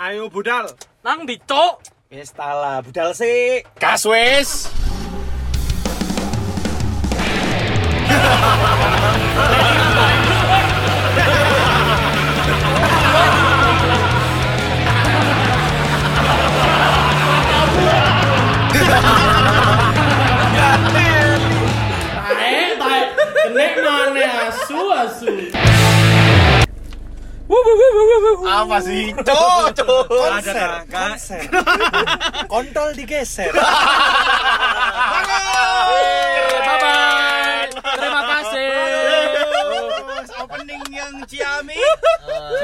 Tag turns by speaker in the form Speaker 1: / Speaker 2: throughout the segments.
Speaker 1: Ayo budal.
Speaker 2: Nang ndi, Cuk?
Speaker 3: Wis tala, budal sik.
Speaker 4: Gas wis. Eh,
Speaker 5: Tae, tae. Kenek mana asu asu.
Speaker 4: Apa sih? Cocok.
Speaker 1: Ada tangga.
Speaker 3: Kontol digeser.
Speaker 2: Bye bye. Eh, Terima kasih.
Speaker 1: Opening yang ciami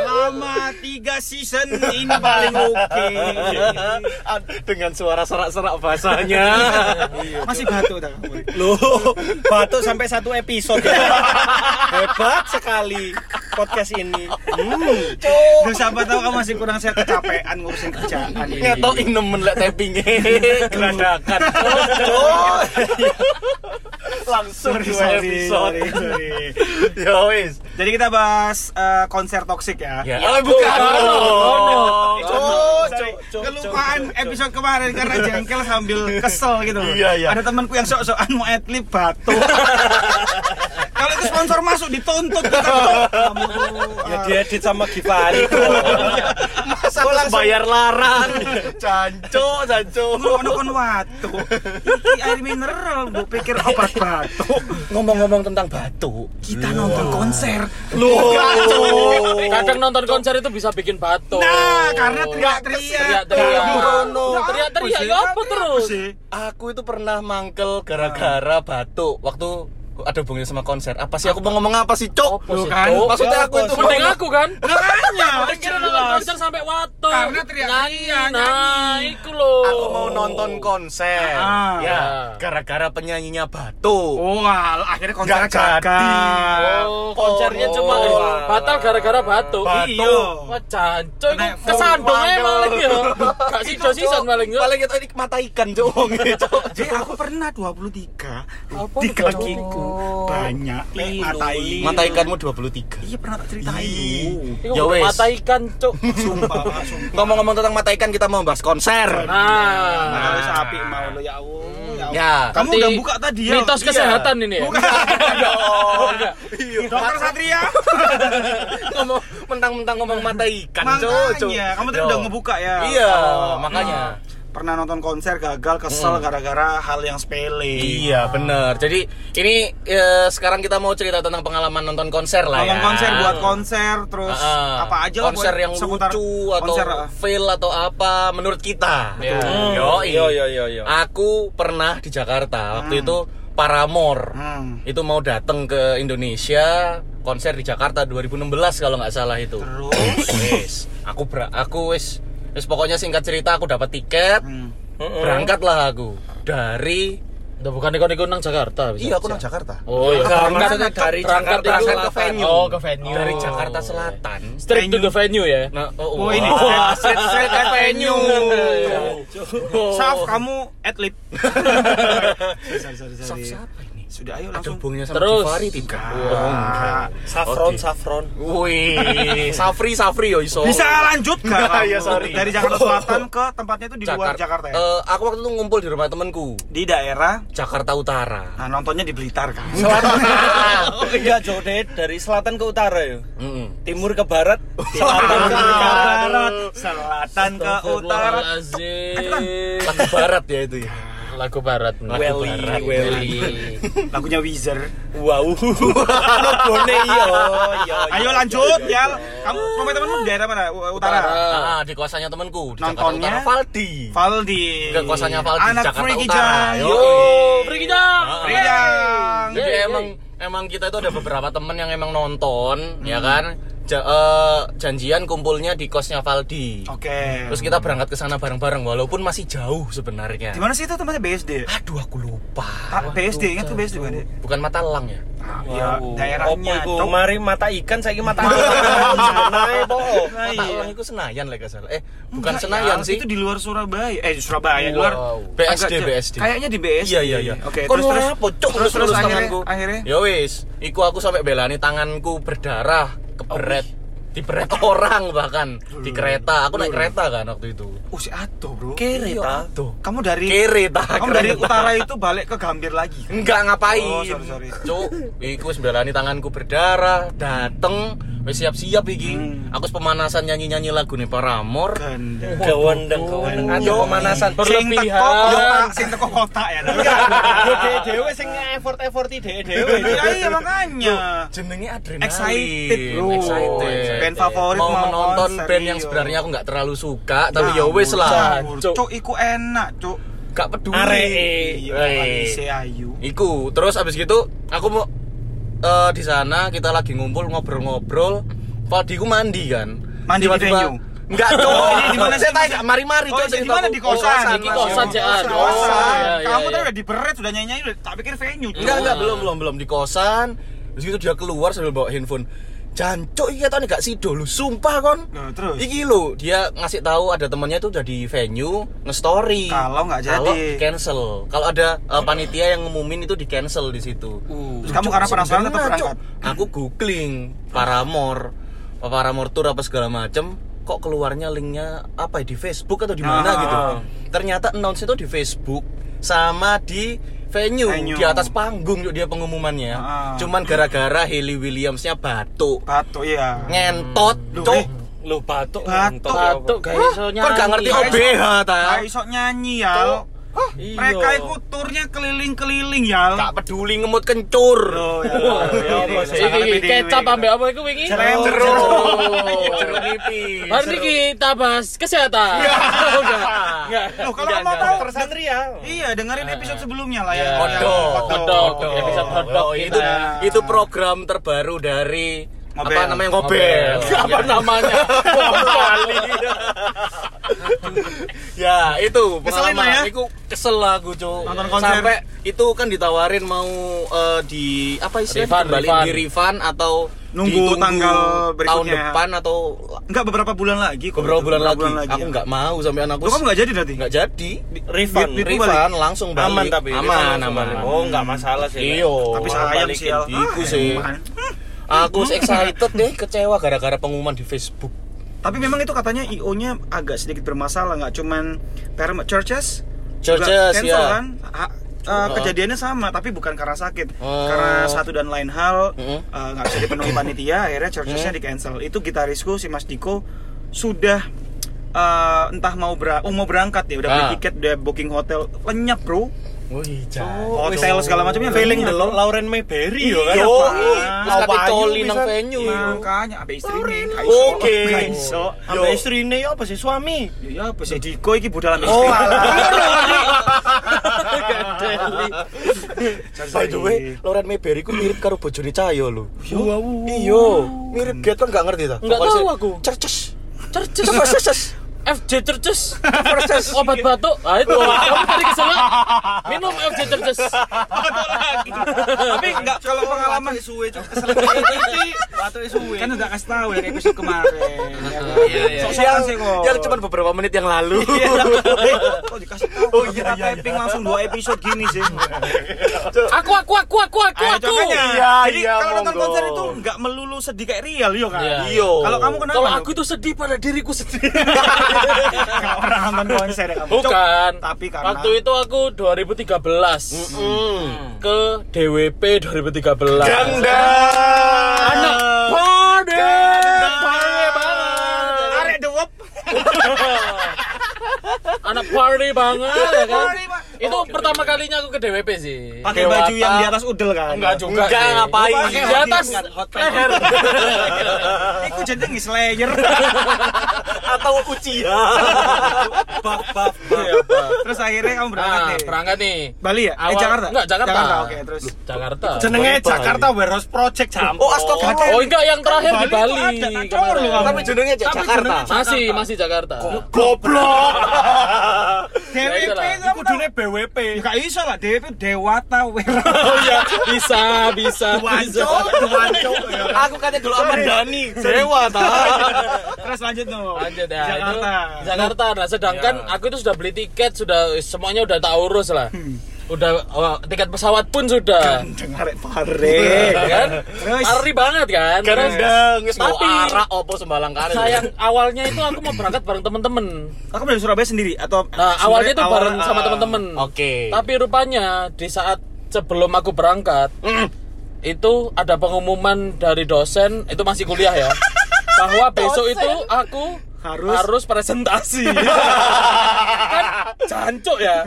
Speaker 1: selama tiga season ini paling oke.
Speaker 4: Dengan suara serak-serak bahasanya.
Speaker 1: Masih batuk dah kamu.
Speaker 3: Loh, batuk sampai satu episode. ya. Hebat sekali podcast ini. Hmm.
Speaker 1: Duh, siapa tahu kamu masih kurang sehat kecapean ngurusin kerjaan ini.
Speaker 4: Ngetokin nemen lek tappinge. eh. Geradakan. Langsung
Speaker 1: Sorry,
Speaker 4: dua
Speaker 1: sorry,
Speaker 4: episode.
Speaker 1: sorry, sorry.
Speaker 4: Ya wis.
Speaker 1: Jadi kita bahas eh, konser toksik ya.
Speaker 3: Iya.
Speaker 4: Ya. Oh, bukan. Oh,
Speaker 1: Eh, Cok, sorry. kelupaan episode kemarin karena jengkel sambil kesel gitu.
Speaker 4: Iya, iya.
Speaker 1: Ada temanku yang sok-sokan mau atlet batuk. Kalau itu sponsor masuk dituntut gitu. kita. Kamu tuh,
Speaker 3: Ya
Speaker 1: ah.
Speaker 3: diedit sama Givari.
Speaker 4: Masa harus bayar larang. Canco, canco.
Speaker 1: ngono kon watu. Iki air mineral, Bu pikir obat batuk.
Speaker 3: Ngomong-ngomong tentang batuk.
Speaker 1: Kita nonton konser.
Speaker 4: Oh.
Speaker 2: Kadang nonton konser itu bisa bikin batuk.
Speaker 1: Nah, karena teriak-teriak.
Speaker 2: Teriak-teriak.
Speaker 1: Aduh, Rono.
Speaker 2: Teriak-teriak ya apa terus?
Speaker 1: sih?
Speaker 4: Aku itu pernah mangkel gara-gara batuk waktu ada hubungannya sama konser. Apa sih aku mau ngomong apa sih, Cok?
Speaker 2: Apa sih,
Speaker 1: kan?
Speaker 2: Cuk?
Speaker 4: Maksudnya aku itu
Speaker 2: Mending aku kan?
Speaker 1: Makanya,
Speaker 2: Mending kita nonton konser sampai watuk.
Speaker 1: Karena iya, teriak-teriak,
Speaker 2: Nyanyi. Nah, iku loh.
Speaker 4: aku mau nonton konser.
Speaker 1: Ah.
Speaker 4: ya, gara-gara penyanyinya batuk.
Speaker 1: Oh, al- akhirnya konser
Speaker 4: Nggak jadi.
Speaker 1: gagal.
Speaker 2: Oh, konsernya cuma eh, batal gara-gara batuk.
Speaker 4: Batuk.
Speaker 2: Iya. Wah, canco iku
Speaker 1: Nek,
Speaker 2: kesandung ae maling ya. Gak
Speaker 4: Itu, Cok.
Speaker 2: sido-sisan maling ya. yo.
Speaker 4: Paling Iya. itu ini mata ikan, Cok. Cok.
Speaker 1: Jadi aku pernah 23
Speaker 2: Apa
Speaker 1: di
Speaker 2: tuh,
Speaker 1: kakiku
Speaker 2: Cok?
Speaker 1: banyak lek matai.
Speaker 4: Mata ikanmu 23.
Speaker 1: Iya pernah tak ceritain.
Speaker 4: Ih.
Speaker 2: Iku
Speaker 4: Ya wes.
Speaker 2: mata ikan, Cuk.
Speaker 1: Sumpah, Pak, sumpah.
Speaker 4: Ngomong-ngomong tentang mata ikan kita mau bahas konser.
Speaker 2: Nah,
Speaker 1: Nah, wis apik mau lo ya Allah. Ya.
Speaker 4: Ya.
Speaker 1: Kamu
Speaker 2: Nanti
Speaker 1: udah buka tadi ya?
Speaker 2: mitos
Speaker 1: Iya.
Speaker 2: kesehatan ini ya.
Speaker 1: Bukan. Dokter Satria.
Speaker 4: ngomong mentang-mentang ngomong mata ikan, Cok. Cok.
Speaker 1: Makanya, kamu tadi
Speaker 4: Yo.
Speaker 1: udah ngebuka ya.
Speaker 4: Iya,
Speaker 1: Oh,
Speaker 4: makanya. Hmm.
Speaker 1: Pernah nonton konser gagal kesel gara-gara hal yang sepele.
Speaker 4: Iya bener. Jadi ini eh, sekarang kita mau cerita tentang pengalaman nonton konser lah ya.
Speaker 1: Nonton konser buat konser terus
Speaker 4: Ah,
Speaker 1: apa aja lah
Speaker 4: konser
Speaker 1: buat
Speaker 4: yang
Speaker 1: seputar
Speaker 4: lucu atau
Speaker 1: konser, ah.
Speaker 4: fail atau apa menurut kita.
Speaker 2: Ya.
Speaker 4: Hmm. Yoi.
Speaker 3: Yo yo yo yo.
Speaker 4: Aku pernah di Jakarta waktu itu Paramore
Speaker 1: Hmm.
Speaker 4: itu mau datang ke Indonesia konser di Jakarta 2016 kalau nggak salah itu.
Speaker 1: Terus?
Speaker 4: Wes, aku ber aku wis wis pokoknya singkat cerita aku dapat tiket.
Speaker 1: Hmm.
Speaker 4: Berangkatlah aku dari
Speaker 2: Udah bukan iku-iku nang Jakarta bisa.
Speaker 4: Iya, aku nang Jakarta.
Speaker 2: Oh, iya.
Speaker 3: Maksudnya dari
Speaker 2: berangkat
Speaker 3: Jakarta
Speaker 2: itu-
Speaker 3: ke venue.
Speaker 2: Oh, ke venue.
Speaker 4: Dari Jakarta Selatan.
Speaker 2: Straight to the venue ya.
Speaker 4: Nah,
Speaker 1: Oh, ini
Speaker 4: Wah.
Speaker 1: straight, straight at venue. Saf
Speaker 2: Oh.
Speaker 1: kamu atlet. sorry, sorry,
Speaker 4: Saf
Speaker 1: sorry.
Speaker 4: siapa ini?
Speaker 1: Sudah ayo
Speaker 4: Ada
Speaker 1: langsung.
Speaker 4: hubungannya sama
Speaker 2: Terus.
Speaker 4: Givari tidak?
Speaker 1: Ah.
Speaker 3: Safron
Speaker 4: Oke.
Speaker 3: safron.
Speaker 4: Wih, Safri Safri yo iso.
Speaker 1: Bisa lanjut nggak?
Speaker 4: Nah,
Speaker 1: kamu?
Speaker 4: iya, sorry.
Speaker 1: Dari Jakarta Selatan ke tempatnya itu di luar
Speaker 4: Jakar-
Speaker 1: Jakarta ya.
Speaker 4: Eh, aku waktu itu ngumpul di rumah temanku,
Speaker 1: Di daerah.
Speaker 4: Jakarta Utara.
Speaker 1: Nah, nontonnya di Blitar kan.
Speaker 3: Enggak jodet dari selatan ke utara yo.
Speaker 4: Mm-mm.
Speaker 3: Timur ke barat, selatan ke
Speaker 1: Selatan ke
Speaker 3: utara.
Speaker 1: barat, selatan ke utara.
Speaker 2: Astagfirullahaladzim.
Speaker 4: Lagu barat ya itu ya.
Speaker 2: Lagu barat. Lagu
Speaker 3: Welly,
Speaker 2: barat.
Speaker 3: welly.
Speaker 1: Lagunya Weezer.
Speaker 3: Wow. Nobone
Speaker 1: iya,
Speaker 3: yo yo.
Speaker 1: Ayo lanjut, Yal. Kamu sama temenmu di daerah mana? U- iya, Utara.
Speaker 4: Ah, di kosannya temanku di Jakarta
Speaker 1: Nontonnya?
Speaker 4: Utara Valdi.
Speaker 1: Valdi.
Speaker 4: Enggak kosannya Valdi
Speaker 1: Anak
Speaker 4: Jakarta
Speaker 1: Freaky
Speaker 4: Utara.
Speaker 1: Jang.
Speaker 4: Yo.
Speaker 2: Oh, Friki Jam.
Speaker 4: Ah.
Speaker 1: Freaky Jang.
Speaker 4: Jadi
Speaker 2: Yeay,
Speaker 4: iya, emang
Speaker 1: iya.
Speaker 4: emang kita itu ada beberapa temen yang emang nonton, ya kan? Ja- eh, janjian kumpulnya di kosnya Valdi.
Speaker 1: Oke.
Speaker 4: Terus kita berangkat ke sana bareng-bareng walaupun masih jauh sebenarnya.
Speaker 1: Di mana sih itu tempatnya BSD?
Speaker 4: Aduh aku lupa.
Speaker 1: Ah, BSD, ingat tuh BSD bukan? ya?
Speaker 4: Bukan Matalang ya?
Speaker 1: Ah, Ya,
Speaker 3: Opo
Speaker 1: daerahnya.
Speaker 3: iku
Speaker 1: Cok.
Speaker 3: mari mata ikan saiki mata ayam. Sebenarnya, po.
Speaker 1: Nah, iya.
Speaker 4: Matalang oh, itu Senayan lah gak salah. Eh, bukan
Speaker 1: Enggak,
Speaker 4: Senayan
Speaker 1: Yal.
Speaker 4: sih.
Speaker 1: Itu di luar Surabaya. Eh, di Surabaya, di luar.
Speaker 4: Wow. BSD,
Speaker 1: Agak-
Speaker 4: BSD.
Speaker 1: Kayaknya di BSD.
Speaker 4: Iya iya iya.
Speaker 1: Oke,
Speaker 4: Kon
Speaker 1: terus terus.
Speaker 4: ngapa, Cuk?
Speaker 1: terus terus
Speaker 4: Lurus
Speaker 1: akhirnya
Speaker 4: tanganku.
Speaker 1: akhirnya Oh,
Speaker 4: Ya wis, iku aku sampai belani tanganku berdarah, keberet. diberet orang bahkan di kereta. Aku naik kereta kan waktu itu.
Speaker 1: Oh si Ato bro.
Speaker 3: Kereta.
Speaker 4: Aduh.
Speaker 1: Kamu dari
Speaker 4: Kereta.
Speaker 1: kamu dari Oh,
Speaker 4: kereta.
Speaker 1: utara itu balik ke Gambir lagi. kan?
Speaker 4: Enggak ngapain.
Speaker 1: Oh, sorry, sorry.
Speaker 4: Cuk, iku wis belani tanganku berdarah, dateng wis siap-siap iki.
Speaker 1: Hmm.
Speaker 4: Aku wis pemanasan nyanyi-nyanyi lagu nih Paramore.
Speaker 1: Gandeng.
Speaker 3: Gawandeng, gawandeng. Ada
Speaker 4: Yo.
Speaker 3: pemanasan.
Speaker 1: Sing
Speaker 2: Berlebihan.
Speaker 1: teko kotak, sing teko kotak ya.
Speaker 3: Yo dhewe dhewe sing effort-efforti dhewe dhewe.
Speaker 1: Iya iya, makanya.
Speaker 4: Jenenge adrenalin.
Speaker 1: Excited, bro.
Speaker 4: Excited.
Speaker 1: Band favorit
Speaker 4: mau
Speaker 1: mau
Speaker 4: menonton
Speaker 1: konser,
Speaker 4: band yang
Speaker 1: iya. Nah,
Speaker 4: sebenarnya aku nggak terlalu suka, tapi ya wis lah.
Speaker 1: Cuk, cuk, iku enak, cuk.
Speaker 4: Gak peduli.
Speaker 2: eh,
Speaker 1: Iya,
Speaker 3: Aree.
Speaker 4: Wey.
Speaker 1: Isi ayu.
Speaker 4: Iku, terus abis gitu aku mau eh, di sana kita lagi ngumpul ngobrol-ngobrol. Padiku mandi kan.
Speaker 1: Mandi di
Speaker 4: Tiba-tiba-
Speaker 1: venue?
Speaker 4: Enggak, cowok.
Speaker 1: Ini di mana sih?
Speaker 4: Saya tanya, mari-mari
Speaker 1: Oh,
Speaker 4: cowok.
Speaker 1: di mana di kosan?
Speaker 2: Di kosan,
Speaker 1: Di
Speaker 2: Cak.
Speaker 1: kosan.
Speaker 2: Oh, iya, iya,
Speaker 1: Kamu
Speaker 2: iya.
Speaker 1: tuh udah diberet, sudah nyanyi, udah tak pikir venue. Cuk.
Speaker 4: Enggak, enggak, belum, belum, belum di kosan. Terus gitu dia keluar sambil bawa handphone. Jancuk iki ketone gak sido lu, sumpah kon.
Speaker 1: Nah, terus?
Speaker 4: Iki lho, dia ngasih tahu ada temannya tuh udah di venue nge-story.
Speaker 1: Kalau nggak
Speaker 4: Kalau
Speaker 1: jadi.
Speaker 4: cancel. Kalau ada eh, panitia yang ngumumin itu di cancel di situ.
Speaker 1: Uh,
Speaker 4: Terus,
Speaker 1: kamu
Speaker 4: Cuk,
Speaker 1: karena penasaran
Speaker 4: sebenarnya,
Speaker 1: tetap berangkat.
Speaker 4: Cuk, Aku googling Paramore, Paramore tour apa segala macem kok keluarnya linknya apa ya, di Facebook atau di mana
Speaker 1: Ah.
Speaker 4: gitu. Ternyata announce itu di Facebook sama di venue,
Speaker 1: Venue.
Speaker 4: di atas panggung Cuk, dia pengumumannya.
Speaker 1: Ah.
Speaker 4: Cuman gara-gara Hayley Williamsnya batuk,
Speaker 1: Batu iya.
Speaker 4: ngentot,
Speaker 1: Loh,
Speaker 4: Cuk.
Speaker 1: eh.
Speaker 3: Lu batuk.
Speaker 1: Batuk.
Speaker 2: Batuk gak iso
Speaker 4: Kok gak ngerti
Speaker 1: Nyanyi.
Speaker 4: OBH ta?
Speaker 1: Kayak iso nyanyi ya.
Speaker 2: Iya.
Speaker 1: Mereka itu turnya keliling-keliling ya.
Speaker 4: Gak peduli ngemut kencur.
Speaker 2: ya,
Speaker 1: Iya,
Speaker 2: Iki kecap ambek apa iku wingi?
Speaker 1: Jeruk.
Speaker 4: Jeruk.
Speaker 2: Jeruk.
Speaker 4: Jeruk Oh, nipis.
Speaker 2: Mari niki kita bahas kesehatan. Udah. Enggak.
Speaker 1: Loh, Ya. kalau
Speaker 2: Enggak,
Speaker 1: mau
Speaker 2: enggak.
Speaker 1: tahu-
Speaker 3: Dokter Satria.
Speaker 1: Iya, dengerin episode sebelumnya lah ya.
Speaker 2: Iya.
Speaker 4: Odol.
Speaker 2: Odol. Episode Hotdog
Speaker 4: Oh, itu
Speaker 2: kita.
Speaker 4: itu program terbaru dari
Speaker 1: Ngobel.
Speaker 4: apa namanya ngobel.
Speaker 2: Apa namanya?
Speaker 4: ya itu
Speaker 1: Keselin lah ya.
Speaker 4: pengalaman aku kesel lah aku Cuk.
Speaker 1: Nonton konser.
Speaker 4: sampai itu kan ditawarin mau eh, di apa istilahnya
Speaker 2: Refund,
Speaker 4: kembali
Speaker 2: refund.
Speaker 4: di refund atau
Speaker 1: Nunggu
Speaker 4: ditunggu
Speaker 1: tanggal
Speaker 4: tahun
Speaker 1: berikutnya.
Speaker 4: depan atau
Speaker 1: Enggak beberapa bulan lagi kok.
Speaker 4: beberapa bulan lagi. aku
Speaker 1: ya.
Speaker 4: nggak mau sampai anakku
Speaker 1: Loh, kamu enggak jadi berarti?
Speaker 4: nggak jadi
Speaker 3: Refund.
Speaker 1: Itu
Speaker 4: refund
Speaker 1: balik.
Speaker 4: langsung balik
Speaker 3: Aman tapi
Speaker 4: aman
Speaker 3: refund langsung
Speaker 4: aman
Speaker 3: balik. Oh, enggak masalah sih.
Speaker 4: Iya.
Speaker 1: Tapi
Speaker 3: Orang
Speaker 1: sayang
Speaker 3: balikin.
Speaker 1: sih. Al.
Speaker 4: Iku
Speaker 1: Ah,
Speaker 4: sih.
Speaker 1: emang.
Speaker 4: Aku se- excited deh kecewa gara-gara pengumuman di Facebook.
Speaker 1: Tapi memang itu katanya IO-nya agak sedikit bermasalah, nggak cuman Paramount Churches. juga
Speaker 4: Churches,
Speaker 1: cancel
Speaker 4: ya.
Speaker 1: kan? Ha- eh, kejadiannya sama tapi bukan karena sakit
Speaker 4: Oh. Uh-huh.
Speaker 1: karena satu dan lain hal eh,
Speaker 4: Mm-mm.
Speaker 1: nggak bisa dipenuhi panitia akhirnya
Speaker 4: Uh-huh.
Speaker 1: churchesnya di cancel itu gitarisku si Mas Diko sudah eh, entah mau ber oh, mau berangkat ya udah beli
Speaker 4: Ah.
Speaker 1: tiket udah booking hotel lenyap bro
Speaker 4: Wih,
Speaker 1: hotel segala macamnya
Speaker 3: Feeling
Speaker 1: lenyap.
Speaker 3: delok Lauren Mayberry yo kan.
Speaker 4: Oh, iya. Yo,
Speaker 1: Apa?
Speaker 4: terus kate coli nang venue.
Speaker 1: makanya abe istrinya nggak iso.
Speaker 4: Iya. Oke.
Speaker 1: Nggak iso.
Speaker 3: Ambe istrine yo apa sih suami?
Speaker 1: Ya apa sih Diko iki budal
Speaker 4: Oh,
Speaker 1: ambek istri.
Speaker 4: By the way, Lauren Mayberry ku mirip karo bojone Cahyo lho.
Speaker 3: Wow.
Speaker 4: Iyo, mirip banget kan nggak ngerti ta?
Speaker 2: Nggak
Speaker 4: Pokoknya
Speaker 2: tahu
Speaker 4: sih,
Speaker 2: aku.
Speaker 4: Cerces.
Speaker 2: Cerces.
Speaker 4: Coba cerces.
Speaker 2: FJ Cerces. Obat batuk. Ah itu. Kamu tadi kesel nggak? Minum FJ Cerces.
Speaker 1: Tapi enggak kalau pengalaman suwe cok kesel. gitu. Watu suwe. Kan udah kasih tahu dari episode kemarin. Iya iya. Sosokan sih kok.
Speaker 4: Yang cuma beberapa menit yang lalu.
Speaker 1: Eh, Kok dikasih tahu? Oh iya iya. Taping langsung dua episode gini sih.
Speaker 2: Aku aku aku aku aku
Speaker 1: Ayo,
Speaker 2: aku.
Speaker 1: contohnya.
Speaker 4: Iya,
Speaker 1: Jadi
Speaker 4: iya,
Speaker 1: kalau nonton
Speaker 4: monggo.
Speaker 1: konser itu enggak melulu sedih kayak real yo kan.
Speaker 2: Iya.
Speaker 4: Iyo.
Speaker 1: Kalau kamu kenapa?
Speaker 2: Kalau
Speaker 1: Nuk?
Speaker 2: aku itu sedih pada diriku sendiri.
Speaker 1: Nggak pernah nonton konser ya kamu. Cok.
Speaker 2: Bukan.
Speaker 1: Tapi karena
Speaker 2: Waktu itu aku 2013 ke DWP 2013.
Speaker 4: Ganda.
Speaker 2: Anak party. Party banget.
Speaker 1: Arek dewep.
Speaker 2: Anak party banget ya kan.
Speaker 1: Party, Pak.
Speaker 2: Itu pertama kalinya aku ke DWP sih.
Speaker 1: Pakai
Speaker 4: Dewata.
Speaker 1: baju yang di atas udel kan.
Speaker 2: Enggak juga.
Speaker 4: Enggak,
Speaker 2: sih.
Speaker 4: ngapain?
Speaker 2: Pakai Di atas leher.
Speaker 1: Iku jenenge Slayer.
Speaker 4: Atau ucia.
Speaker 3: Baf baf baf.
Speaker 2: Iya,
Speaker 1: Terus akhirnya kamu berangkat
Speaker 2: Nah,
Speaker 1: nih.
Speaker 2: berangkat nih.
Speaker 1: Bali ya? Eh
Speaker 2: Awal-
Speaker 1: Jakarta?
Speaker 2: Enggak, Jakarta.
Speaker 1: oke terus.
Speaker 2: Jakarta.
Speaker 3: Jenenge Jakarta Warehouse Project jam.
Speaker 4: Oh, astagfirullah.
Speaker 2: Oh enggak yang terakhir di
Speaker 1: Kan Bali
Speaker 2: Bali.
Speaker 1: itu ada, nah, cowok lu,
Speaker 2: kemarin.
Speaker 4: Tapi jenenge Cek Jakarta.
Speaker 2: Masih masih Jakarta.
Speaker 4: Goblok.
Speaker 2: Ya,
Speaker 1: DWP
Speaker 2: itu lah.
Speaker 1: kamu dong.
Speaker 3: Kudune BWP.
Speaker 1: Ya gak iso lah, DWP Dewata Wera.
Speaker 2: Oh, iya. Bisa bisa bisa.
Speaker 4: Aku katanya dulu sama Dani. Dewa ta.
Speaker 1: Terus lanjut no.
Speaker 2: Lanjut ya.
Speaker 1: Jakarta.
Speaker 2: Nah,
Speaker 1: Iya. Hmm.
Speaker 2: Itu, Jakarta. Nah, sedangkan aku itu sudah beli tiket, sudah semuanya udah tak urus lah. udah wah, tiket pesawat pun sudah
Speaker 1: dengar pare
Speaker 3: Iya.
Speaker 2: kan
Speaker 1: Kan, Terus.
Speaker 2: Ari banget kan Terus,
Speaker 4: Gendeng, wis mau
Speaker 2: tapi-
Speaker 4: arak opo sembalang kali.
Speaker 2: sayang awalnya itu aku mau berangkat bareng temen-temen
Speaker 1: aku dari Surabaya sendiri atau
Speaker 2: nah
Speaker 1: sebenarnya
Speaker 2: awalnya itu
Speaker 1: awal-
Speaker 2: bareng sama
Speaker 1: ah,
Speaker 2: temen-temen
Speaker 4: Oke.
Speaker 2: tapi rupanya di saat sebelum aku berangkat
Speaker 1: Hmm.
Speaker 2: itu ada pengumuman dari dosen itu masih kuliah ya bahwa besok itu aku
Speaker 1: Harus-
Speaker 2: presentasi
Speaker 1: Iya.
Speaker 2: kan jancuk ya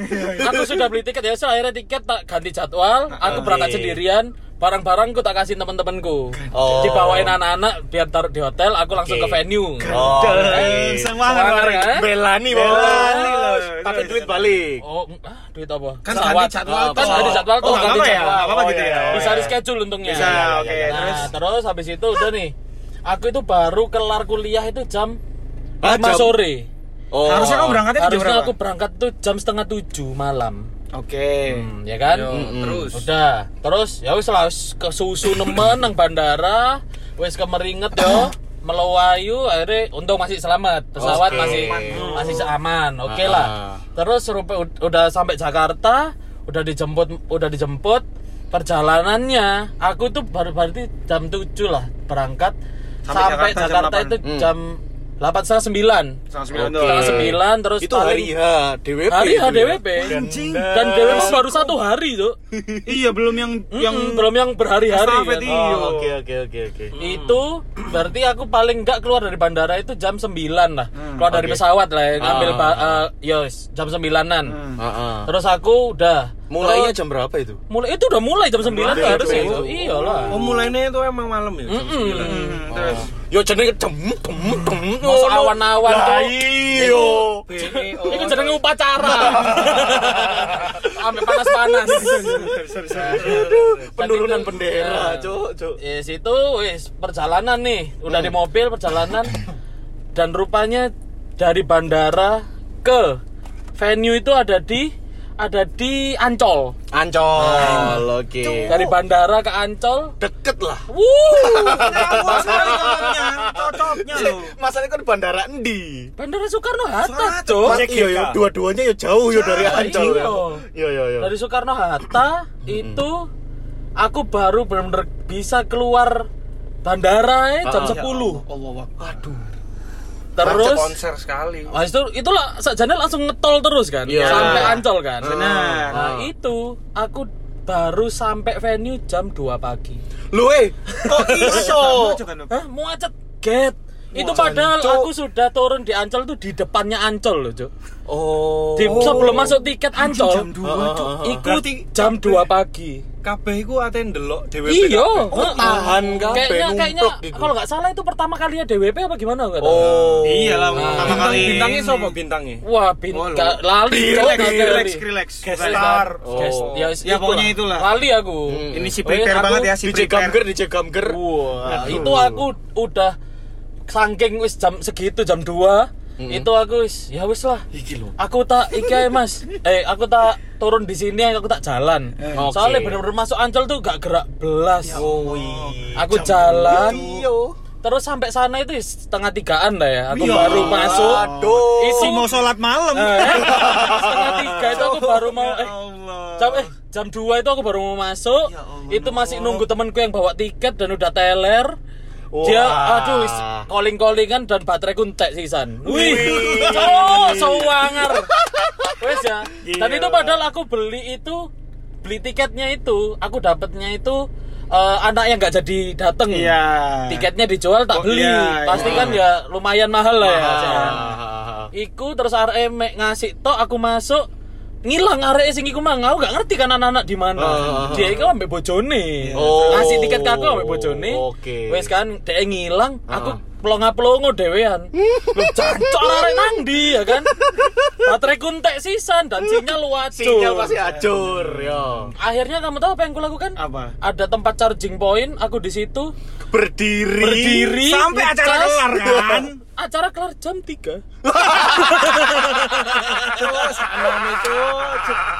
Speaker 2: aku sudah beli tiket ya so akhirnya tiket tak ganti jadwal
Speaker 1: Ah,
Speaker 2: aku
Speaker 1: iya.
Speaker 2: berangkat sendirian barang-barangku tak kasih temen-temenku
Speaker 4: Oh.
Speaker 2: dibawain anak-anak biar taruh di hotel aku langsung
Speaker 4: Oke.
Speaker 2: ke venue
Speaker 4: Oh,
Speaker 1: Deng,
Speaker 4: oke.
Speaker 1: semangat
Speaker 2: Semangat,
Speaker 1: pare.
Speaker 2: kan?
Speaker 4: Belani
Speaker 1: Belani, loh.
Speaker 4: bos. Tapi duit balik.
Speaker 2: Oh, ah, duit apa?
Speaker 5: Kan
Speaker 2: Pesawat.
Speaker 5: ganti jadwal
Speaker 2: Oh, Kan
Speaker 5: toh.
Speaker 2: ganti jadwal
Speaker 1: Oh,
Speaker 2: tuh,
Speaker 1: nggak
Speaker 2: ganti
Speaker 1: apa-apa ya?
Speaker 2: jadwal.
Speaker 1: Nggak apa-apa gitu ya?
Speaker 2: Bisa
Speaker 1: Oh,
Speaker 2: di
Speaker 1: iya.
Speaker 2: schedule untungnya.
Speaker 1: Bisa,
Speaker 2: Iya, iya,
Speaker 1: oke,
Speaker 2: iya. Nah,
Speaker 1: terus?
Speaker 2: terus habis itu udah nih. Aku itu baru kelar kuliah itu jam
Speaker 4: Ah,
Speaker 2: 5
Speaker 4: jam-
Speaker 2: sore.
Speaker 4: Oh.
Speaker 1: harusnya kamu berangkatnya jam
Speaker 2: Harusnya
Speaker 1: berapa
Speaker 2: aku berangkat tuh jam setengah tujuh malam.
Speaker 1: oke
Speaker 2: Hmm, ya kan? Mm-mm.
Speaker 5: terus.
Speaker 2: Udah. Terus ya wis lah wis ke susu nemen nang bandara, wis kemeringet yo. Melowayu akhirnya untung masih selamat. Pesawat
Speaker 4: Oke.
Speaker 2: masih masih aman. Oke
Speaker 4: Ah.
Speaker 2: lah. Terus rupa- ud- udah sampai Jakarta, udah dijemput udah dijemput perjalanannya aku tuh baru berarti jam 7 lah berangkat
Speaker 1: Sampai
Speaker 2: sampai,
Speaker 1: Jakarta
Speaker 2: Jakarta,
Speaker 1: jam
Speaker 2: itu
Speaker 4: delapan.
Speaker 2: jam delapan setengah sembilan
Speaker 1: Setengah sembilan
Speaker 4: Oke.
Speaker 1: doang.
Speaker 2: setengah sembilan terus
Speaker 4: itu hari H DWP.
Speaker 2: hari
Speaker 4: itu ya?
Speaker 2: HDWP
Speaker 1: Anjing.
Speaker 4: Nah.
Speaker 2: dan
Speaker 4: Oh,
Speaker 2: DWP baru satu hari tuh
Speaker 1: iya belum yang
Speaker 2: yang
Speaker 1: yang
Speaker 2: belum yang berhari-hari
Speaker 1: Estafet,
Speaker 2: kan.
Speaker 1: iya.
Speaker 4: Oh, Oke oke oke oke.
Speaker 2: itu berarti aku paling nggak keluar dari bandara itu jam 9 lah keluar dari
Speaker 4: oke.
Speaker 2: pesawat lah ya, ngambil
Speaker 4: Ah. Hmm.
Speaker 2: ba- eh, yos, jam 9an
Speaker 4: Heeh.
Speaker 2: terus aku udah
Speaker 4: Mulainya
Speaker 2: terus-
Speaker 4: jam berapa itu?
Speaker 2: mulai itu udah mulai jam 9 lah harus
Speaker 4: jam
Speaker 2: itu
Speaker 4: itu.
Speaker 2: iyalah
Speaker 3: Oh mulainya itu emang malam ya? jam sembilan.
Speaker 1: Hmm, terus
Speaker 4: Yo jenenge dem dem dem.
Speaker 2: Masa awan-awan
Speaker 4: oh, Lah iya.
Speaker 2: tuh.
Speaker 4: iyo.
Speaker 3: BEO.
Speaker 2: itu jenenge upacara sampai panas-panas
Speaker 4: Penurunan
Speaker 2: itu-
Speaker 4: bendera,
Speaker 2: Nah.
Speaker 4: cuk, cuk.
Speaker 2: Yes, itu wis perjalanan nih, udah di mobil perjalanan dan rupanya dari bandara ke venue itu ada di ada di Ancol.
Speaker 4: Ancol, oke.
Speaker 2: Dari bandara ke Ancol.
Speaker 4: Deket lah.
Speaker 2: Wuh,
Speaker 1: Ngawur sekali temannya, cocoknya loh
Speaker 4: Masalahnya kan bandara endi?
Speaker 2: Bandara Soekarno Hatta,
Speaker 1: Soekarno Hatta.
Speaker 2: Cok.
Speaker 4: Mas, iya, iya, dua-duanya ya jauh ya dari Ancol.
Speaker 2: iya.
Speaker 4: Iya iya iya.
Speaker 2: Dari Soekarno Hatta itu aku baru benar-benar bisa keluar bandara eh, jam 10.
Speaker 1: Allah Akbar.
Speaker 2: Terus
Speaker 5: konser sekali.
Speaker 2: Wah itu itulah sajane langsung ngetol terus kan
Speaker 4: Iya.
Speaker 2: sampai Ancol kan.
Speaker 1: Benar.
Speaker 2: Nah, itu aku baru sampai venue jam 2 pagi.
Speaker 4: Lu eh,
Speaker 1: kok iso
Speaker 2: Hah, macet get. Itu padahal aku sudah turun di Ancol tuh di depannya Ancol loh, Cuk.
Speaker 4: Oh.
Speaker 2: Di sebelum masuk tiket Ancol. Iku
Speaker 3: Berarti-
Speaker 2: jam 2 pagi.
Speaker 3: Kabeh iku aten delok DWP.
Speaker 2: Iya, heeh.
Speaker 4: Oh, tahan kabeh,
Speaker 2: Kayaknya
Speaker 4: numpluk
Speaker 2: kayaknya
Speaker 4: gitu.
Speaker 2: kalau nggak salah itu pertama kalinya DWP apa gimana enggak tahu.
Speaker 4: Oh.
Speaker 1: iya lah pertama
Speaker 3: Bintang
Speaker 1: kali
Speaker 3: bintangnya siapa bintangnya?
Speaker 2: Wah, pin
Speaker 1: Oh, lu.
Speaker 2: gak- lali Cuk,
Speaker 1: relax
Speaker 2: gak
Speaker 1: relax
Speaker 2: lali.
Speaker 1: relax
Speaker 3: Guest
Speaker 1: Relax.
Speaker 3: star.
Speaker 4: Oh.
Speaker 2: Guys, ya,
Speaker 1: Ya, pokoknya itulah.
Speaker 2: Lali aku.
Speaker 1: ini si
Speaker 2: Wih,
Speaker 1: prepare
Speaker 2: aku-
Speaker 1: banget ya si
Speaker 4: DJ Gamger,
Speaker 1: prepare
Speaker 4: DJ Gamger.
Speaker 2: Wah, itu aku udah saking wis jam segitu jam 2 itu aku wis ya wis lah aku tak iki ae, mas eh aku tak turun di sini aku tak jalan
Speaker 4: Oke.
Speaker 2: soalnya bener-bener masuk ancol tuh gak gerak belas
Speaker 4: Oh.
Speaker 2: aku jalan
Speaker 4: Iya.
Speaker 2: terus sampai sana itu setengah tigaan lah ya aku baru masuk
Speaker 4: Aduh.
Speaker 2: isi
Speaker 1: mau sholat malam
Speaker 2: Eh, setengah tiga itu aku baru mau eh
Speaker 1: Allah
Speaker 2: jam eh jam 2 itu aku baru mau masuk itu masih nunggu temanku yang bawa tiket dan udah teler dia
Speaker 4: Wah.
Speaker 2: aduh calling callingan dan baterai kuntek sisan wih cowok sewanger wes ya dan itu padahal aku beli itu beli tiketnya itu aku dapatnya itu eh, anak yang nggak jadi dateng
Speaker 1: Iya.
Speaker 2: tiketnya dijual tak
Speaker 1: Oh,
Speaker 2: beli
Speaker 1: iya,
Speaker 2: pasti
Speaker 1: iya.
Speaker 2: kan ya lumayan mahal lah ya
Speaker 4: Ah.
Speaker 2: Iku terus arek mek ngasih tok aku masuk ngilang arek sing iku mang aku gak ngerti kan anak-anak di mana.
Speaker 4: Ah.
Speaker 2: Dia iku ambek bojone.
Speaker 4: Oh.
Speaker 2: Ngasih tiket ke aku ambek bojone.
Speaker 4: Oke. Ah,
Speaker 2: Wes kan dhek ngilang, aku plonga-plongo dhewean. Loh, Jancok arek nang ndi ya kan? Baterai kuntek sisan dan sinyal wacu.
Speaker 4: Sinyal pasti acur, yo.
Speaker 2: Akhirnya kamu tahu apa yang kulakukan?
Speaker 1: Apa?
Speaker 2: Ada tempat charging point, aku di situ
Speaker 4: Berdiri.
Speaker 2: berdiri
Speaker 1: sampai acara
Speaker 2: ngecas.
Speaker 1: kelar kan
Speaker 2: Acara kelar jam 3.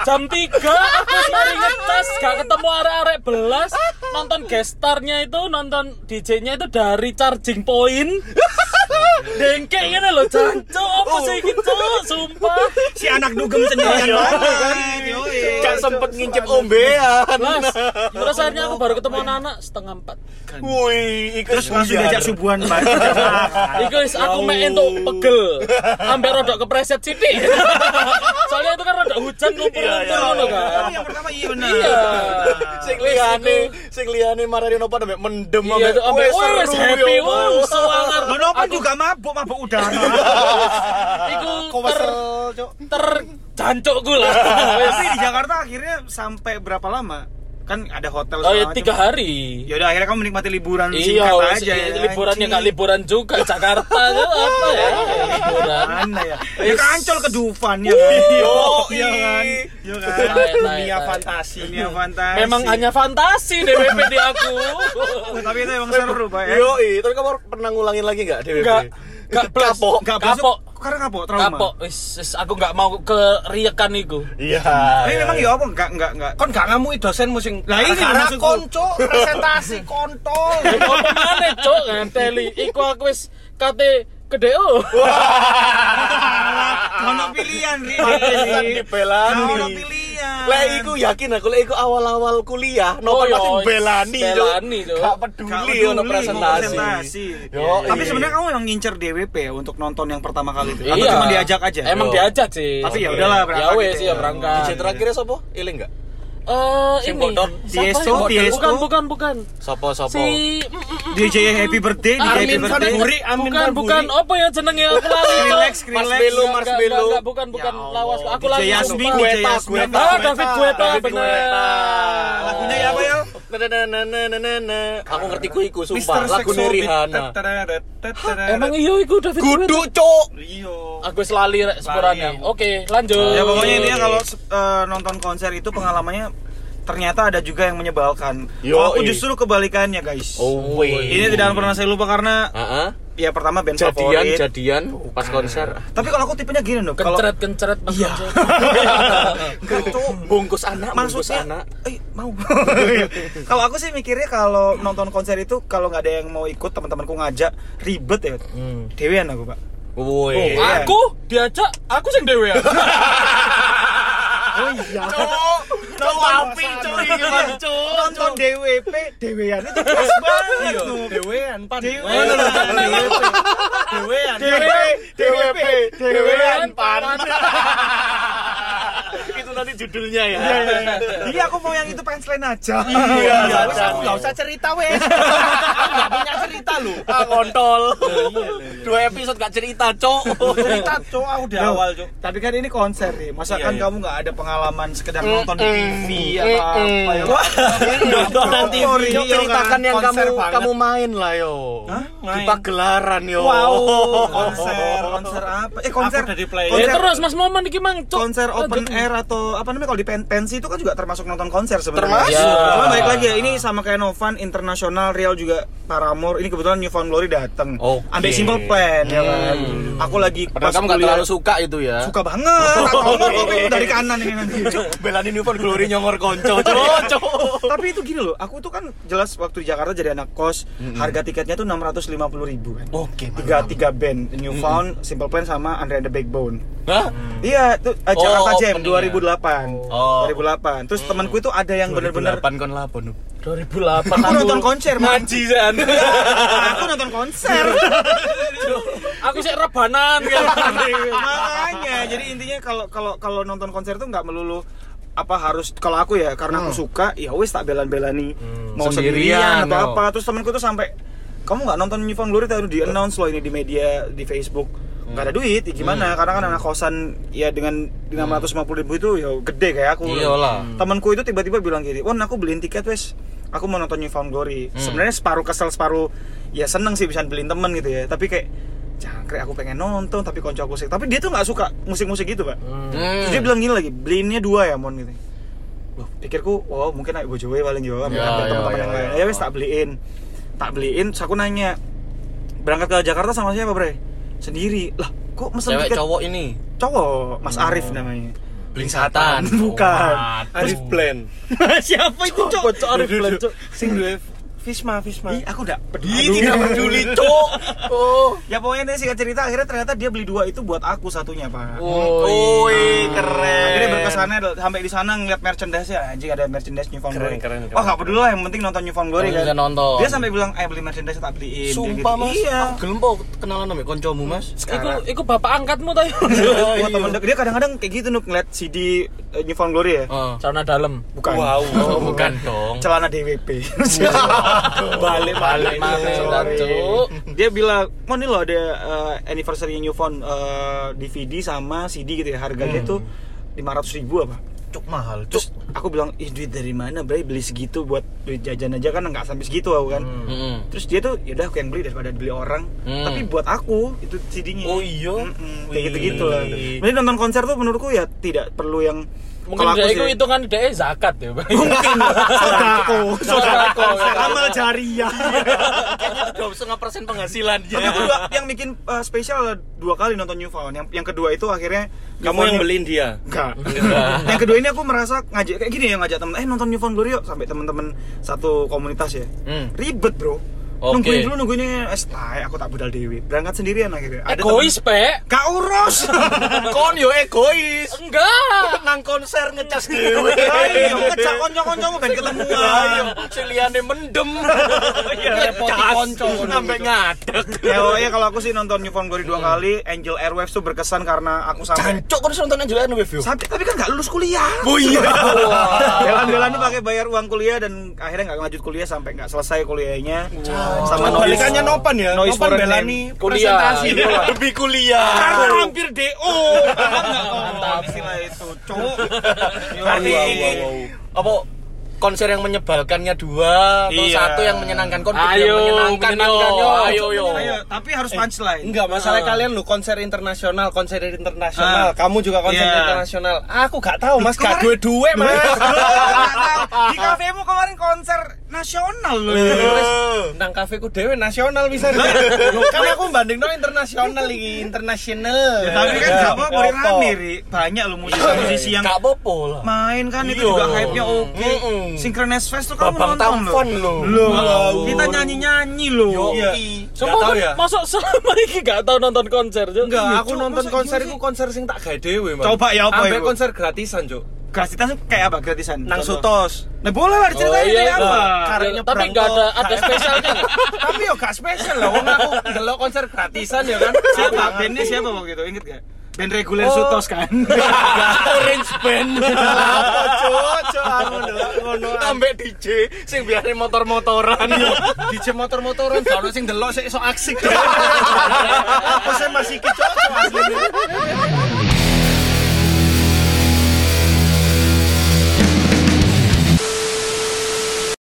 Speaker 2: jam 3 aku mari ngetes gak ketemu arek-arek belas nonton gestarnya itu nonton DJ-nya itu dari charging point dengkek ngene lho, Janco. Apa sih iki, Cuk? Sumpah. Iya,
Speaker 1: si anak dugem sendirian banget yoi.
Speaker 4: Gak sempet ngincip ombean.
Speaker 2: Mas, rasanya aku baru ketemu anak-anak setengah empat.
Speaker 4: Wih,
Speaker 1: terus langsung diajak subuhan Pak. Iya.
Speaker 2: Iku wis aku mek entuk pegel. Ambek rodok kepreset sithik. Soalnya itu kan rodok hujan
Speaker 4: Iya,
Speaker 2: lumpur-lumpur
Speaker 4: iya.
Speaker 2: ngono kan.
Speaker 1: yang pertama iya benar
Speaker 2: Iya.
Speaker 4: Sing liyane, sing liyane marani nopo ambek mendem
Speaker 2: Iya, itu ambek wes happy, wuh, semangat.
Speaker 1: Menopo juga mabuk mabuk udara
Speaker 2: Iku
Speaker 3: Kok
Speaker 2: ter
Speaker 3: kesel, Cok?
Speaker 2: ter jancokku lah. Wes.
Speaker 1: tapi di Jakarta akhirnya sampai berapa lama kan ada hotel
Speaker 2: Oh
Speaker 1: segala
Speaker 2: ya
Speaker 1: macam.
Speaker 2: tiga hari.
Speaker 1: ya udah akhirnya kamu menikmati liburan
Speaker 2: Iya,
Speaker 1: singkat
Speaker 2: wes,
Speaker 1: aja ya
Speaker 2: iya, liburan ya
Speaker 1: anjing.
Speaker 2: nggak liburan juga Jakarta tuh apa ya? Liburan.
Speaker 1: mana ya ya ke Ancol ke Dufan ya kan iya kan iya kan
Speaker 2: Tae, tae,
Speaker 3: Dunia
Speaker 2: tae.
Speaker 3: fantasi.
Speaker 1: dunia fantasi
Speaker 2: Memang hanya fantasi DWP di aku.
Speaker 1: Oh, tapi itu emang seru pak ya
Speaker 4: Yo, tapi kamu pernah ngulangin lagi enggak DWP?
Speaker 1: Nggak.
Speaker 2: Gak plus.
Speaker 4: Kapok.
Speaker 1: Nggak
Speaker 2: Kapok.
Speaker 1: besok- karena kapok trauma
Speaker 2: Kapok, wis, wis, aku nggak mau keriakan iku.
Speaker 4: Iya.
Speaker 1: tapi
Speaker 4: iya,
Speaker 1: memang
Speaker 4: iya.
Speaker 1: ya apa enggak enggak enggak
Speaker 3: Kon gak ngamuk dosen musim.
Speaker 1: Lah, ini
Speaker 3: Karena
Speaker 1: maksudku.
Speaker 3: konco presentasi kontol.
Speaker 2: Apa mana Oh, cok nganteli? Iku aku wis kate oh. kedeo.
Speaker 1: Kono pilihan ri
Speaker 4: Pantesan dibelani.
Speaker 1: Kono pilihan
Speaker 4: Lah iku yakin aku, lah iku awal-awal kuliah nopo
Speaker 2: Oh, iya,
Speaker 4: pasti belani Cuk.
Speaker 2: belani, Cuk.
Speaker 4: Gak
Speaker 1: Nggak
Speaker 4: peduli
Speaker 1: peduli,
Speaker 4: ono presentasi.
Speaker 1: presentasi.
Speaker 4: Yo,
Speaker 1: tapi
Speaker 4: iya.
Speaker 1: sebenarnya kamu emang ngincer DWP ya untuk nonton yang pertama kali itu atau
Speaker 2: Iya.
Speaker 1: cuma diajak aja
Speaker 2: Emang
Speaker 4: Yo.
Speaker 2: diajak sih.
Speaker 1: Tapi ya udahlah,
Speaker 2: Ya
Speaker 1: berangkat
Speaker 2: wes
Speaker 1: gitu ya.
Speaker 2: ya berangkat.
Speaker 4: DJ Nah, terakhirnya sopo? Iling enggak?
Speaker 2: Eh ini.
Speaker 4: bodor.
Speaker 2: Siapa
Speaker 1: Tiesto,
Speaker 2: yang bodor?
Speaker 1: Tiesto.
Speaker 2: Bukan bukan bukan.
Speaker 4: Sopo sopo?
Speaker 2: Si
Speaker 1: DJ Happy Birthday DJ Happy
Speaker 2: Armin Van
Speaker 1: Birthday
Speaker 2: Buren.
Speaker 3: Armin
Speaker 2: Bukan
Speaker 3: Van
Speaker 2: bukan
Speaker 3: Buren.
Speaker 2: apa ya jenenge aku lali Cok.
Speaker 1: Relax, relax.
Speaker 4: Marshmello,
Speaker 2: Enggak, enggak,
Speaker 4: marshmello.
Speaker 2: enggak, bukan bukan
Speaker 1: Ya Allah,
Speaker 2: lawas. Aku
Speaker 1: DJ
Speaker 2: lali lupa.
Speaker 1: Yasmin,
Speaker 4: Gueta,
Speaker 1: DJ Yasmin.
Speaker 4: Gueta,
Speaker 2: Ah,
Speaker 1: Gueta.
Speaker 2: David Guetta
Speaker 4: David
Speaker 2: bener.
Speaker 4: Guetta.
Speaker 1: Lagunya ya apa ya?
Speaker 4: Na na na na na na na. Aku ngerti ku iku
Speaker 3: Mister
Speaker 4: sumpah lagu
Speaker 3: Sexo-
Speaker 4: Rihanna.
Speaker 3: Tetetetet, tetetetet.
Speaker 2: Emang iya iku David Guetta.
Speaker 4: Guduk cok.
Speaker 3: Iya.
Speaker 2: Aku selali rek sepurane. Oke, lanjut.
Speaker 1: Ya pokoknya intinya kalau eh, nonton konser itu pengalamannya ternyata ada juga yang menyebalkan.
Speaker 4: Yo,
Speaker 1: Kalau aku
Speaker 4: eh.
Speaker 1: justru kebalikannya guys.
Speaker 4: Oh, wait.
Speaker 1: Ini tidak akan pernah saya lupa karena
Speaker 4: Heeh.
Speaker 1: ya pertama band
Speaker 4: Jadian
Speaker 1: favorit.
Speaker 4: jadian pas konser.
Speaker 1: Tapi kalau aku tipenya gini loh, kalau Iya.
Speaker 2: kencret kencret pas konser.
Speaker 4: Bungkus anak, bungkus
Speaker 1: maksudnya
Speaker 4: anak.
Speaker 1: eh, mau kalau aku sih mikirnya kalau nonton konser itu kalau nggak ada yang mau ikut teman-temanku ngajak ribet ya
Speaker 4: Hmm.
Speaker 1: dewean aku pak Oh,
Speaker 4: Woi.
Speaker 1: Iya.
Speaker 2: Aku diajak, aku sing ya. dhewean.
Speaker 4: Cok, cok tapi cok gimana cok?
Speaker 1: nonton DWP dewean itu
Speaker 3: Iya,
Speaker 1: pas banget tuh
Speaker 3: Dewean pan. Iya.
Speaker 1: Dewean. iya,
Speaker 3: Dewean.
Speaker 1: DWP DWP
Speaker 4: Dewean pan. Itu nanti judulnya ya.
Speaker 1: jadi Iya, aku mau yang itu punchline aja
Speaker 4: Iya,
Speaker 3: Wes,
Speaker 4: Sajan.
Speaker 3: aku Gak usah cerita wes. Gak punya cerita lu.
Speaker 4: Ah kontol. Dua episode gak cerita cok.
Speaker 3: Cerita cok aku di
Speaker 1: Loh,
Speaker 3: awal cok.
Speaker 1: tapi kan ini konser nih masa
Speaker 3: Iya,
Speaker 1: kan
Speaker 3: iya.
Speaker 1: kamu nggak ada pengalaman sekedar nonton di TV
Speaker 4: mm,
Speaker 1: atau apa ya
Speaker 4: mm. Nonton
Speaker 1: Sorry,
Speaker 4: TV,
Speaker 1: yo,
Speaker 4: Cok,
Speaker 1: kan.
Speaker 4: ceritakan yang
Speaker 3: Konser
Speaker 4: kamu
Speaker 3: banget.
Speaker 4: kamu main lah yo.
Speaker 1: Hah?
Speaker 4: Di
Speaker 3: Main.
Speaker 4: pagelaran yo.
Speaker 1: Wow, konser, konser apa? Eh, konser
Speaker 3: Aku udah di play.
Speaker 2: Ya
Speaker 1: konser-
Speaker 2: terus Mas Momen iki mang Cuk.
Speaker 1: konser open
Speaker 2: Lanjut.
Speaker 1: air atau apa namanya kalau di pen- pensi itu kan juga termasuk nonton konser sebenarnya.
Speaker 4: Termasuk.
Speaker 2: Ya.
Speaker 4: Iya.
Speaker 1: Cuma balik lagi ya ini sama kayak Novan internasional real juga Paramore ini kebetulan New Found Glory dateng.
Speaker 4: Oke.
Speaker 1: Ambil simple plan ya kan. Aku lagi
Speaker 4: Padahal kamu gak
Speaker 1: kuliah-
Speaker 4: terlalu suka itu ya.
Speaker 1: suka banget. Aku ngomong kok ini dari kanan ini nanti.
Speaker 4: Belani Newport Glory nyongor konco cok cok.
Speaker 1: Tapi itu gini loh, aku tuh kan jelas waktu di Jakarta jadi anak kos, harga tiketnya tuh 650 ribu kan.
Speaker 4: Oke,
Speaker 1: tiga tiga band New Found, Simple Plan sama Andre and the Backbone.
Speaker 4: Hah?
Speaker 1: Iya, itu eh,
Speaker 4: Oh,
Speaker 1: Jakarta Jam
Speaker 4: opening
Speaker 1: 2008.
Speaker 4: Oh.
Speaker 1: 2008. Terus temanku itu ada yang bener-bener
Speaker 4: Delapan kon lapon.
Speaker 2: 2008
Speaker 1: aku nonton konser, man.
Speaker 4: Ngaji kan.
Speaker 1: aku nonton konser.
Speaker 2: Aku sik rebanan kan.
Speaker 1: Makanya, jadi intinya kalau kalau kalau nonton konser tuh nggak melulu apa harus kalau aku ya karena aku suka ya wes tak belan-belani mau sendirian,
Speaker 4: Hmm. Sendirian,
Speaker 1: atau
Speaker 4: no.
Speaker 1: apa terus temanku tuh sampai kamu nggak nonton New Found Glory tadi di announce loh ini di media di Facebook
Speaker 4: Hmm.
Speaker 1: nggak ada duit ya gimana karena kan anak kosan ya dengan dengan 650 ribu itu ya gede kayak aku
Speaker 4: Hmm. Iyalah.
Speaker 1: temanku itu tiba-tiba bilang gini Won aku beliin tiket wes aku mau nonton New Found Glory
Speaker 4: Hmm.
Speaker 1: sebenarnya separuh kesel separuh ya seneng sih bisa beliin temen gitu ya tapi kayak jangkrik aku pengen nonton tapi konco aku sih tapi dia tuh nggak suka musik-musik gitu pak
Speaker 4: Hmm.
Speaker 1: Terus dia bilang gini lagi, beliinnya dua ya mon gitu. Loh, pikirku, wow mungkin naik bojowe paling yo, ambil
Speaker 4: Ya, ya,
Speaker 1: teman-teman yang
Speaker 4: ya,
Speaker 1: lain. Ya
Speaker 4: ya.
Speaker 1: wes tak beliin. Tak beliin, terus aku nanya. Berangkat ke Jakarta sama siapa, Bre? Sendiri. Lah, kok mesen
Speaker 4: Cewek
Speaker 1: tiket
Speaker 4: cowok Hmm. ini.
Speaker 1: cowok? Mas Arif namanya.
Speaker 4: Bling satan.
Speaker 1: Bukan.
Speaker 4: Oh, Arif Plan.
Speaker 1: siapa itu, Cok?
Speaker 2: Cok Arif Blan, Cok.
Speaker 3: Sing duwe Visma, Visma.
Speaker 1: Ih, aku udah
Speaker 4: Ih, tidak peduli, Cok. Oh.
Speaker 1: Ya pokoknya nih singkat cerita akhirnya ternyata dia beli dua itu buat aku satunya pak.
Speaker 4: Woi, Oh,
Speaker 2: Nah.
Speaker 4: keren.
Speaker 1: Akhirnya berkesannya adalah sampai di sana ngeliat merchandise ya anjing ada merchandise Newfound
Speaker 3: Keren,
Speaker 1: Glory.
Speaker 3: keren, keren.
Speaker 1: Oh nggak peduli lah yang penting nonton Newfound Glory
Speaker 4: Yang
Speaker 1: kan.
Speaker 4: bisa nonton.
Speaker 1: Dia sampai bilang eh beli merchandise tak beliin. Dia
Speaker 4: Sumpah,
Speaker 1: gitu.
Speaker 4: Mas. Ah.
Speaker 1: Iya.
Speaker 4: Aku gelem po kenalan sama koncomu, Mas.
Speaker 2: Iku, iku bapak angkatmu ya?
Speaker 1: Iya,
Speaker 2: tayo.
Speaker 1: Gua temen dek- dia kadang-kadang kayak gitu nuk ngeliat CD eh, Newfound Glory ya.
Speaker 4: Heeh.
Speaker 2: Celana dalam.
Speaker 1: Bukan.
Speaker 3: Wow.
Speaker 4: Oh, bukan dong.
Speaker 1: Celana DWP.
Speaker 4: Balik balik
Speaker 1: Sorry.
Speaker 4: balik, Cok.
Speaker 1: dia bilang, "Mau nih loh ada eh, anniversary Newfound eh, DVD sama CD gitu ya. Harganya tuh 500 ribu apa?"
Speaker 4: Cuk mahal, Hmm. Cuk.
Speaker 1: terus aku bilang ih duit dari mana bray beli segitu buat duit jajan aja kan nggak sampai segitu aku kan
Speaker 4: Heeh.
Speaker 1: terus dia tuh yaudah aku yang beli daripada beli orang
Speaker 4: Hmm.
Speaker 1: tapi buat aku itu CD-nya
Speaker 4: Oh, iya?
Speaker 1: Mm-mm, kayak
Speaker 4: Wih.
Speaker 1: gitu gitu lah jadi nonton konser tuh menurutku ya tidak perlu yang
Speaker 2: Mungkin
Speaker 1: kalau aku
Speaker 2: dia itu
Speaker 1: sih-
Speaker 2: hitungan dia zakat ya. Bang.
Speaker 1: mungkin sodako sodako
Speaker 2: Sodako.
Speaker 1: amal jariah
Speaker 4: Dua setengah persen penghasilan
Speaker 1: tapi aku dua, yang bikin uh, spesial adalah dua kali nonton Newfound yang yang kedua itu akhirnya
Speaker 3: Kamu yang
Speaker 1: Newfound-
Speaker 3: beliin dia.
Speaker 1: Enggak. yang kedua ini aku merasa ngajak kayak gini ya ngajak temen eh nonton Newfound Glory yuk sampai temen-temen satu komunitas ya.
Speaker 4: Hmm.
Speaker 1: Ribet, Bro.
Speaker 4: Oke.
Speaker 1: Nungguin dulu nungguin es tai aku tak budal dewi. Berangkat sendirian akhirnya.
Speaker 2: Egois, Pe.
Speaker 1: Gak urus.
Speaker 4: Kon yo egois. Iya,
Speaker 2: Enggak.
Speaker 4: Nang konser ngecas dhewe.
Speaker 1: Ayo ngecak konco-koncomu ben
Speaker 4: Iya.
Speaker 1: ketemuan.
Speaker 4: Ciliane mendem.
Speaker 2: Iya,
Speaker 4: Iya,
Speaker 2: Repoti
Speaker 4: Cas.
Speaker 2: konco. gitu.
Speaker 4: Sampai ngadeg.
Speaker 1: Ya pokoknya kalau aku sih nonton Newfound Glory dua kali, Angel Airwaves tuh berkesan karena aku sampai
Speaker 4: Jancok kon nonton Angelina Wave yo.
Speaker 1: sampai tapi kan nggak lulus kuliah.
Speaker 4: Oh iya.
Speaker 1: Jalan-jalan tuh pakai bayar uang kuliah dan akhirnya nggak lanjut kuliah sampai nggak selesai kuliahnya. Sama noise-
Speaker 3: Balikannya Nopan ya.
Speaker 1: Noise
Speaker 3: Nopan
Speaker 1: foreign
Speaker 3: Belani
Speaker 2: Kuliah.
Speaker 1: Iya.
Speaker 3: presentasi.
Speaker 4: Demi Iya, kuliah.
Speaker 1: Karena hampir DO.
Speaker 2: Mantap.
Speaker 1: Mantap istilah itu, cowok.
Speaker 4: Berarti ini apa konser yang menyebalkannya dua atau
Speaker 1: Iya.
Speaker 4: satu yang menyenangkan kon
Speaker 2: Ayo,
Speaker 4: yang menyenangkan
Speaker 2: menyenangkan,
Speaker 4: yo.
Speaker 2: yo.
Speaker 4: ayo yo
Speaker 1: Ayo, tapi harus punchline.
Speaker 3: Eh, Enggak, masalah kalian lu konser internasional, konser
Speaker 1: Ah.
Speaker 3: internasional. Kamu juga konser
Speaker 1: Iya.
Speaker 3: internasional. Aku gak tahu, Mas. Gak
Speaker 1: Kemarin-
Speaker 3: duwe-duwe, Mas.
Speaker 1: Di kafemu kemarin konser nasional loh.
Speaker 3: Nang kafeku dewe nasional bisa. kan aku bandingno internasional iki, internasional.
Speaker 1: Ya, tapi kan
Speaker 3: Ya,
Speaker 1: gak apa-apa
Speaker 3: ya,
Speaker 1: rame, Ri. Banyak loh
Speaker 3: Iya,
Speaker 1: musisi-musisi yang
Speaker 4: gak apa-apa lah
Speaker 1: main kan itu
Speaker 4: Iya.
Speaker 1: juga hype-nya oke.
Speaker 4: Mm-mm.
Speaker 1: Synchronous Fest tuh kamu nonton
Speaker 4: Babang Tamfon loh.
Speaker 1: Loh,
Speaker 4: Ngawur.
Speaker 1: kita nyanyi-nyanyi loh.
Speaker 4: yo
Speaker 1: Iya.
Speaker 2: Semua
Speaker 3: tahu
Speaker 2: kan
Speaker 3: ya.
Speaker 2: masuk selama ini gak tau nonton konser. Cuk.
Speaker 3: Enggak,
Speaker 1: Iya,
Speaker 3: aku
Speaker 1: Cuk,
Speaker 3: nonton
Speaker 1: masa
Speaker 3: konser
Speaker 1: iya
Speaker 3: iku
Speaker 1: sih?
Speaker 3: konser sing tak gawe dhewe, Mas.
Speaker 1: Coba ya, apa
Speaker 3: Ambek
Speaker 1: ya, Bu?
Speaker 3: konser gratisan, Cuk.
Speaker 1: Gratisan tuh kayak apa gratisan?
Speaker 3: Nang
Speaker 1: Contoh. Nah boleh lah diceritain
Speaker 2: Oh, iya,
Speaker 1: kayak
Speaker 2: iya.
Speaker 1: apa.
Speaker 3: Karenya
Speaker 2: Tapi
Speaker 3: perang
Speaker 2: gak ada
Speaker 3: kok.
Speaker 2: ada spesialnya. nggak?
Speaker 3: tapi yo gak spesial loh, wong aku ndelok konser gratisan ya kan.
Speaker 1: siapa
Speaker 3: Aku-
Speaker 1: bandnya siapa waktu itu inget gak band reguler Sutos kan
Speaker 4: orange band
Speaker 3: Apa, Cuk? Cuk, aku ndelok ngono.
Speaker 4: ambek DJ sing biasanya motor-motoran
Speaker 3: DJ motor-motoran gak ono sing ndelok sik sok aksi. Apa saya masih kecok asli.